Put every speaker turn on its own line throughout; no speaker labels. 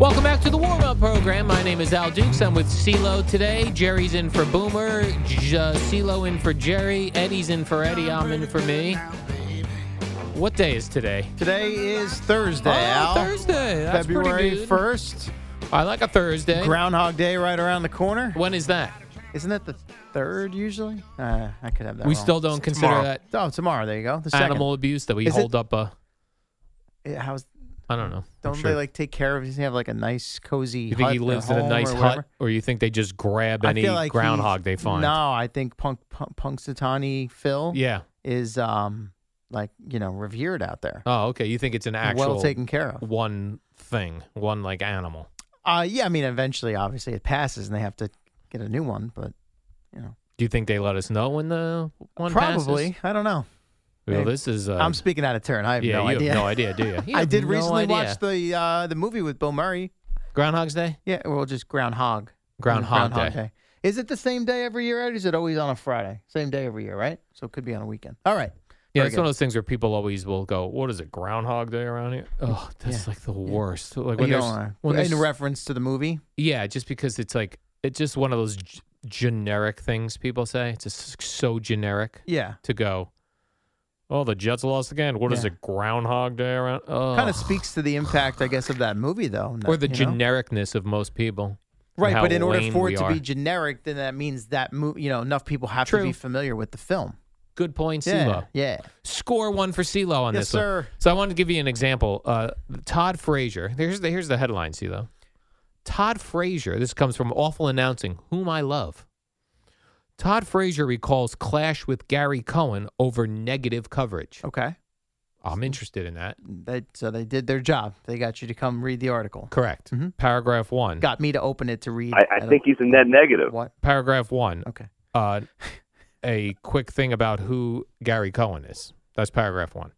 Welcome back to the warm up program. My name is Al Dukes. I'm with CeeLo today. Jerry's in for Boomer. J- uh, CeeLo in for Jerry. Eddie's in for Eddie. I'm in for me. What day is today?
Today is Thursday,
Oh,
Al.
Thursday. That's pretty
February
good.
1st.
I like a Thursday.
Groundhog Day right around the corner.
when is that?
Isn't that the third usually? Uh, I could have that.
We
wrong.
still don't consider
tomorrow.
that
Oh, tomorrow. There you go. The second.
animal abuse that we
Is it-
hold up a.
Yeah, How's,
I don't know. I'm
don't
sure.
they like take care of? Does he have like a nice cozy?
You think he
hut or
lives in a
home
nice
or
hut,
whatever?
or you think they just grab
I
any
feel like
groundhog
he's-
they find?
No, I think Punk, Punk Punxsutawney Phil
Yeah.
is um like you know revered out there,
Oh, okay. You think it's an actual
well taken care of.
one thing, one like animal.
Uh, yeah, I mean eventually, obviously it passes and they have to get a new one, but
Do you think they let us know when the one passes?
probably I don't know.
Well,
Maybe.
this is. Uh,
I'm speaking out of turn. I have
yeah,
no
you
idea.
have no idea, do you? You
I
have
did
no
recently
idea.
watch the uh, the movie with Bill Murray.
Groundhog's Day.
Yeah, well, just Groundhog.
Groundhog, Day.
Is it the same day every year? Ed, Or is it always on a Friday? Same day every year, right? So it could be on a weekend. All right.
Yeah,
Very
it's one
good.
of those things where people always will go, "What is it, Groundhog Day around here?" Oh, that's like the worst. Like when
You
there's,
don't wanna-
when
in
there's-
reference to the movie.
yeah, just because it's like it's just one of those g- generic things people say. It's just so generic
Yeah.
to go. Oh, the Jets lost again. What is
Yeah.
it, Groundhog Day around? Oh.
Kind of speaks to the impact, I guess, of that movie, though.
or the
you know?
genericness of most people. and
Right,
how
but in order
lame
for
we
it to
are.
be generic, then that means that movie, you know, enough people have
True.
to be familiar with the film.
good point, CeeLo.
Yeah. Yeah.
score one for CeeLo on
Yes,
this one.
sir.
So I wanted to give you an example. Uh, Todd Frazier. Here's the here's the headline, CeeLo. Todd Frazier. This comes from Awful Announcing, whom I love. Todd Frazier recalls clash with Gary Cohen over negative coverage.
Okay.
I'm interested in that.
They, so they did their job. They got you to come read the article.
Correct. Paragraph one.
Mm-hmm. Got me to open it to read.
I, I think he's a net negative.
What?
Paragraph one.
Okay.
uh, a quick thing about who Gary Cohen is. That's paragraph one.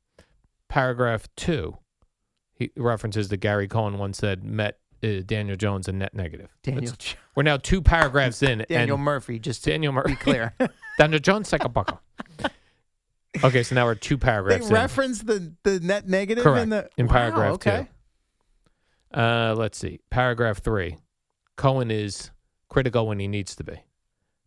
Paragraph two, he references that Gary Cohen once said met uh, Daniel Jones a net negative.
Daniel
That's- We're now two paragraphs in.
Daniel
and
Murphy, just to
Daniel Murray.
be clear.
Daniel Jones, second buckle. Okay, so now we're two
they
paragraphs in.
reference the, the net negative
Correct.
in the
In
Wow,
paragraph two.
okay.
Uh, let's see. Paragraph three. Cohen is critical when he needs to be.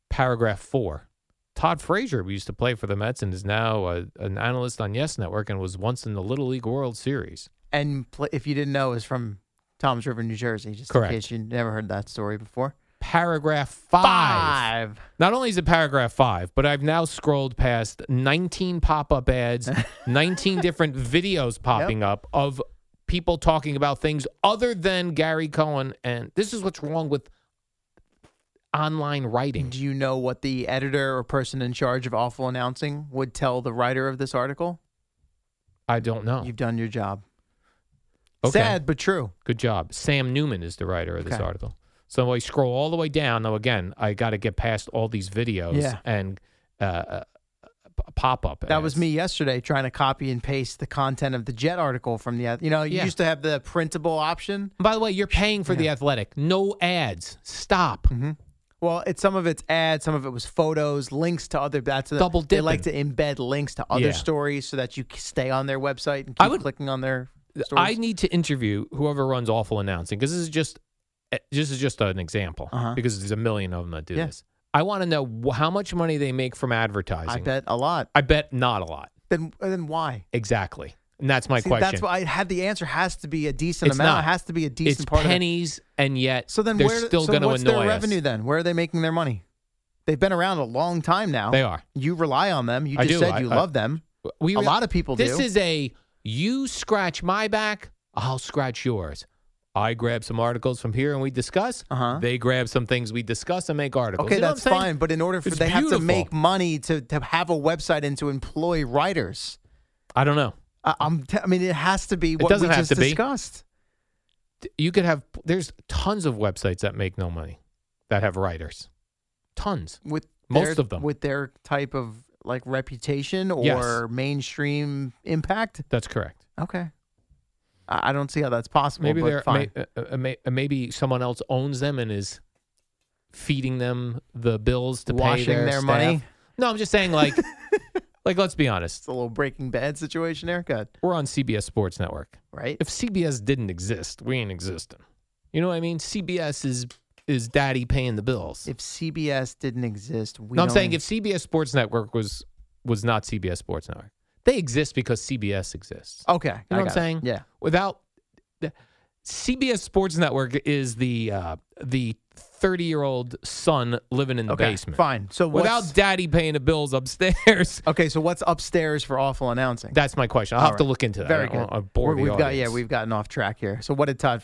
Paragraph four. Todd Frazier, who used to play for the Mets and is now a, an analyst on Yes Network and was once in the Little League World Series.
And pl- if you didn't know, is from Tom's River, New Jersey. Just
Correct.
in case you never heard that story before.
Paragraph five.
Five.
Not only is it paragraph five, but I've now scrolled past 19 pop up ads, 19 different videos popping up of people talking about things other than Gary Cohen. And this is what's wrong with online writing.
Do you know what the editor or person in charge of awful announcing would tell the writer of this article?
I don't know.
You've done your job.
Okay.
Sad but true.
Good job. Sam Newman is the writer of this
Okay.
article. So I scroll all the way down. Now, again, I got to get past all these videos
Yeah.
and uh, pop up.
That was me yesterday trying to copy and paste the content of the Jet article from the. You know, you
Yeah.
used to have the printable option.
By the way, you're paying for the athletic. No ads. Stop.
Well, it's some of it's ads, some of it was photos, links to other. That's the-
Double
They like to embed links to other
Yeah.
stories so that you c- stay on their website and
I
keep
would-
clicking on their.
I
Stories.
need to interview whoever runs awful announcing because this is just eh, this is just an example
Uh-huh.
because there's a million of them that do
Yeah.
this. I want to know wh- how much money they make from advertising.
I bet a lot.
I bet not a lot.
Then then why?
Exactly. And that's my
See,
question.
That's why I had the answer has to be a decent
It's
amount.
not.
It has to be a decent
it's
part of it.
pennies, and yet
So then
they're
where
still
so
going to
what's
annoy
their revenue
us.
then? Where are they making their money? They've been around a long time now.
They are.
You rely on them. You
I
just
do.
said
I-
you
I-
love them.
We
A lot of people
This
do.
is a you scratch my back, I'll scratch yours. I grab some articles from here and we discuss.
Uh-huh.
They grab some things we discuss and make articles.
Okay,
You know what
that's
I'm saying?
fine. But in order for
It's
they have to
beautiful.
make money to, to have a website and to employ writers.
I don't know.
I, I'm. T- I mean, it has to be what
doesn't
we
have
just
to be.
discussed.
You could have. There's tons of websites that make no money, that have writers, tons.
with
Most
their-
of them.
with their type of like reputation or
Yes.
mainstream impact.
That's correct.
Okay, I, I don't see how that's possible.
Maybe
but
they're
fine.
may, uh, uh, may, uh, maybe someone else owns them and is feeding them the bills to
Washing
pay their,
their
staff.
money?
No, I'm just saying like like let's be
it's
honest.
a little Breaking Bad situation there. Good,
We're on CBS Sports Network.
right?
If CBS didn't exist, we ain't existing. You know what I mean? CBS is is daddy paying the bills.
If CBS didn't exist, we
no, I'm
don't
saying if CBS Sports Network was was not CBS Sports Network. They exist because CBS exists.
e-, Okay,
You
Oh, I
know what I'm
got it.
saying?
Yeah,
Without the- CBS Sports Network is the uh, the thirty year old son living in the
okay,
basement.
fine. So
Without
what's-
daddy paying the bills upstairs.
okay, so what's upstairs for awful announcing?
That's my question. I'll
All
have to
right.
look into that.
Very
I don't
good.
wanna bore
We're-
the
we've got yeah,
audience.
we've gotten off track here. So what did Todd?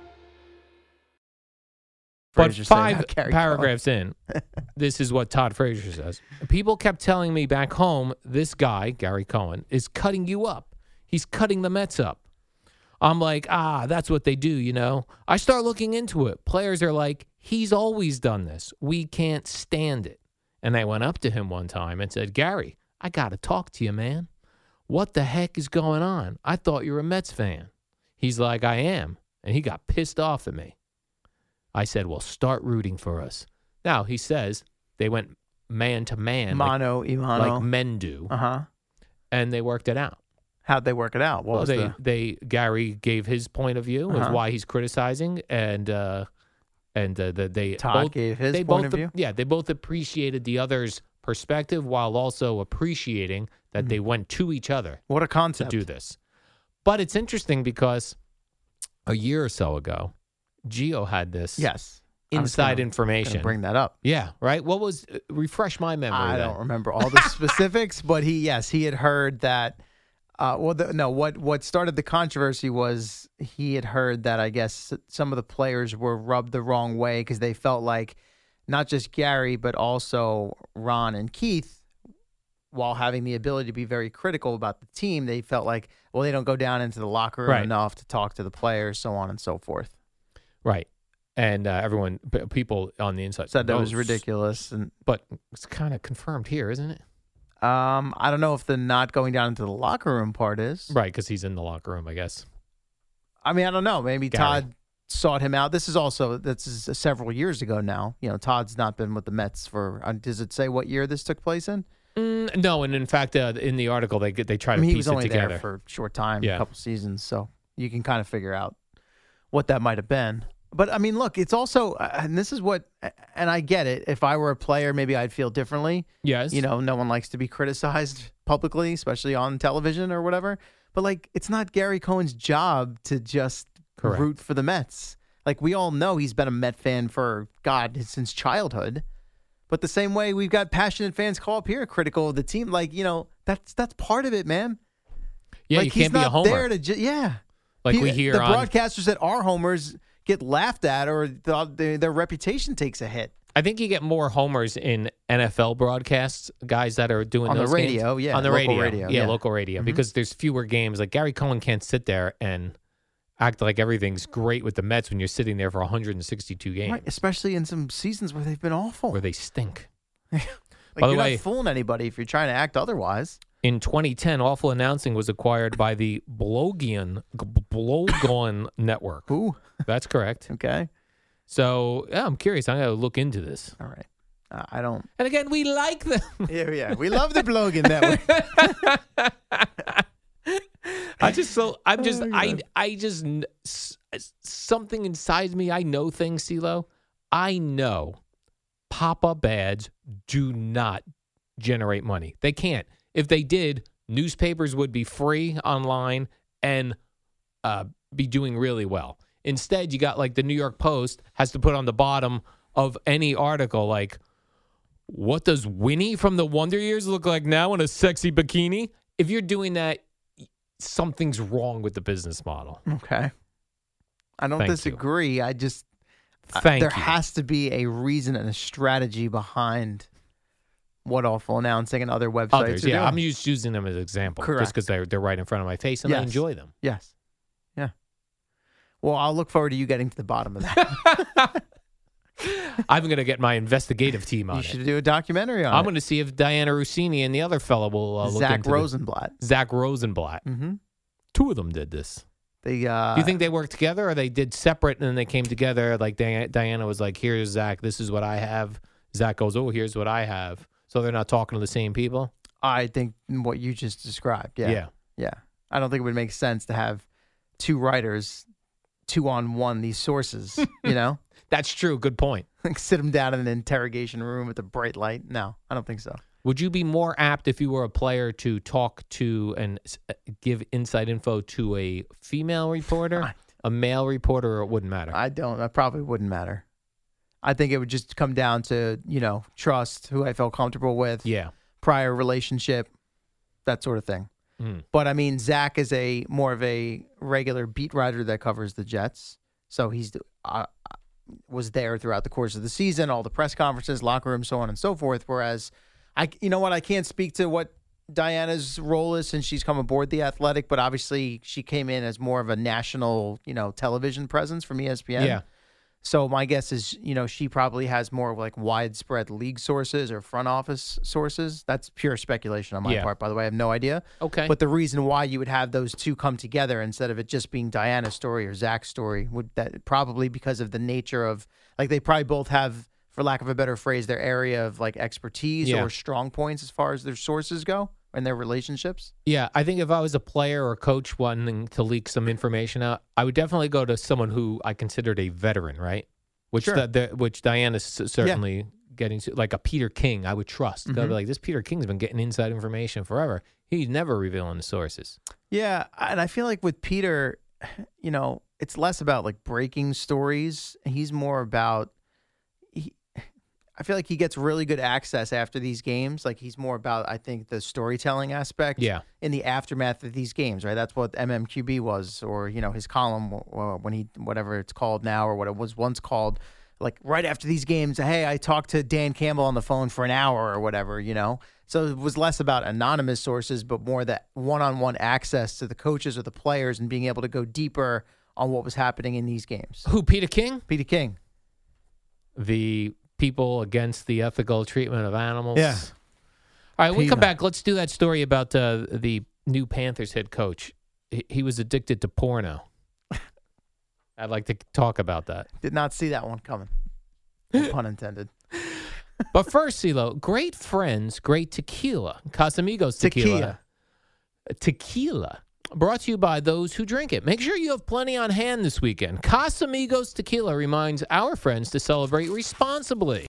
But
Frazier saying
five
about Gary Cohen.
paragraphs in, this is what Todd Frazier says. People kept telling me back home, this guy, Gary Cohen, is cutting you up. He's cutting the Mets up. I'm like, ah, that's what they do, you know? I start looking into it. Players are like, he's always done this. We can't stand it. And I went up to him one time and said, Gary, I got to talk to you, man. What the heck is going on? I thought you were a Mets fan. He's like, I am. And he got pissed off at me. I said, well, start rooting for us. Now, he says they went man to man like,
Mono, Imano.
like men do,
uh huh.
and they worked it out.
How'd they work it out? What
Well,
was
they,
the?
they Gary gave his point of view
Uh-huh.
of why he's criticizing, and uh, and uh, the, they
Todd
both,
gave his
they
point
both
of
ap-
view?
Yeah, they both appreciated the other's perspective while also appreciating
Hmm.
that they went to each other
What a
to
concept.
do this. But it's interesting because a year or so ago, Geo had this
Yes. I was
inside
gonna-
information.
Gonna bring that up.
Yeah, right. What was uh, refresh my memory?
I
then.
don't remember all the specifics, but he yes he had heard that. Uh, well, the, no. What what started the controversy was he had heard that I guess some of the players were rubbed the wrong way because they felt like not just Gary but also Ron and Keith, while having the ability to be very critical about the team, they felt like well they don't go down into the locker room
Right.
enough to talk to the players, so on and so forth.
Right. And uh, everyone, p- people on the inside
Said that was
"Those-"
ridiculous, and
But it's kind of confirmed here, isn't it?
um, I don't know if the not going down into the locker room part is
Right, because he's in the locker room, I guess.
I mean, I don't know. Maybe
Gary.
Todd sought him out. This is also this is several years ago now. You know, Todd's not been with the Mets for. Uh, does it say what year this took place in?
Mm, no, and in fact, uh, in the article, they get- they try
I
to
mean, he
piece
was
it
only
together.
there for a short time,
Yeah.
a couple seasons, so you can kind of figure out what that might have been. But I mean, look, it's also, uh, and this is what, and I get it. If I were a player, maybe I'd feel differently.
yes,
You know, no one likes to be criticized publicly, especially on television or whatever. But like, it's not Gary Cohen's job to just
Correct.
root for the Mets. Like we all know, he's been a Met fan for God since childhood. But the same way we've got passionate fans call up here critical of the team, like you know, that's that's part of it, man.
yeah,
like,
you
he's
can't be a
not
homer
There to ju- yeah,
like
He-
we hear
the
on.
broadcasters that are homers get laughed at, or the, their- their reputation takes a hit.
I think you get more homers in NFL broadcasts, guys that are doing
On the
those games.
radio, yeah,
on the
local
radio,
radio,
yeah,
yeah. Mm-hmm.
local radio, because there's fewer games. Like Gary Cohen can't sit there and act like everything's great with the Mets when you're sitting there for 162 games
Right, especially in some seasons where they've been awful.
where they stink.
Like
By the
you're
way-
not fooling anybody if you're trying to act otherwise.
In 2010, Awful Announcing was acquired by the Blogian Blogon Network.
Ooh.
That's correct.
Okay.
So yeah, I'm curious. I'm gonna look into this.
All right. Uh, I don't.
And again, we like them.
Yeah, yeah. We love the blogging that way.
I just so I'm just I I just kn- s- s- something inside me. I know things, CeeLo. I know pop-up ads do not generate money. They can't. If they did, newspapers would be free online and uh, be doing really well. Instead, you got like the New York Post has to put on the bottom of any article like, "What does Winnie from the Wonder Years look like now in a sexy bikini?" If you're doing that, something's wrong with the business model.
Okay. I don't
Thank you.
disagree. I just
Thank
Uh, there
you.
has to be a reason and a strategy behind what awful announcing and other websites.
Others,
are
yeah,
doing.
I'm just using them as an example, just
Correct.
because they're they're right in front of my face and I
Yes.
enjoy them.
Yes. Yeah. Well, I'll look forward to you getting to the bottom of that.
I'm going to get my investigative team on
you
it.
should do a documentary on
I'm
it.
going to see if Diana Rossini and the other fellow will uh, look
Zach
into this.
Rosenblatt.
Zach Rosenblatt.
Mm-hmm.
Two of them did this.
The uh,
Do you think they worked together, or they did separate and then they came together? Like Dia- Diana was like, "Here's Zach. This is what I have." Zach goes, "Oh, here's what I have." So they're not talking to the same people.
uh, I think what you just described. Yeah.
yeah.
Yeah. I don't think it would make sense to have two writers, two on one, these sources, you know?
that's true. Good point.
Like sit them down in an interrogation room with a bright light. No, I don't think so.
Would you be more apt if you were a player to talk to and s- uh, give inside info to a female reporter, a male reporter, or it wouldn't matter?
I don't. That probably wouldn't matter. I think it would just come down to, you know, trust, who I felt comfortable with,
yeah.
prior relationship, that sort of thing.
Mm.
But I mean, Zach is a more of a regular beat writer that covers the Jets, so he's uh, was there throughout the course of the season, all the press conferences, locker room, so on and so forth. Whereas, I you know what, I can't speak to what Diana's role is since she's come aboard the Athletic, but obviously she came in as more of a national, you know, television presence from E ESPN.
Yeah.
So my guess is, you know, she probably has more like widespread league sources or front office sources. That's pure speculation on my
Yeah.
part, by the way. I have no idea.
Okay.
But the reason why you would have those two come together instead of it just being Diana's story or Zach's story would that probably because of the nature of like they probably both have, for lack of a better phrase, their area of like expertise
Yeah.
or strong points as far as their sources go and their relationships.
Yeah, I think if I was a player or coach wanting to leak some information out, I would definitely go to someone who I considered a veteran, right? Which
Sure.
the, the, which Diana's c- certainly getting to, like a Peter King, I would trust. I'd
Mm-hmm.
be like, this Peter King's been getting inside information forever. He's never revealing the sources.
Yeah, and I feel like with Peter, you know, it's less about like breaking stories. He's more about he, I feel like he gets really good access after these games. Like he's more about I think the storytelling aspect
Yeah.
in the aftermath of these games, right? That's what MMQB was or you know, his column uh, when he whatever it's called now or what it was once called like right after these games, hey, I talked to Dan Campbell on the phone for an hour or whatever, you know? So it was less about anonymous sources, but more that one on one access to the coaches or the players and being able to go deeper on what was happening in these games.
Who, Peter King?
Peter King.
The people against the ethical treatment of animals.
Yeah.
All right, when we come
Peanut.
back, let's do that story about uh, the new Panthers head coach. He, he was addicted to porno. I'd like to talk about that.
Did not see that one coming. No pun intended.
But first, CeeLo, great friends, great tequila. Casamigos tequila. Tequila. Brought to you by those who drink it. Make sure you have plenty on hand this weekend. Casamigos tequila reminds our friends to celebrate responsibly.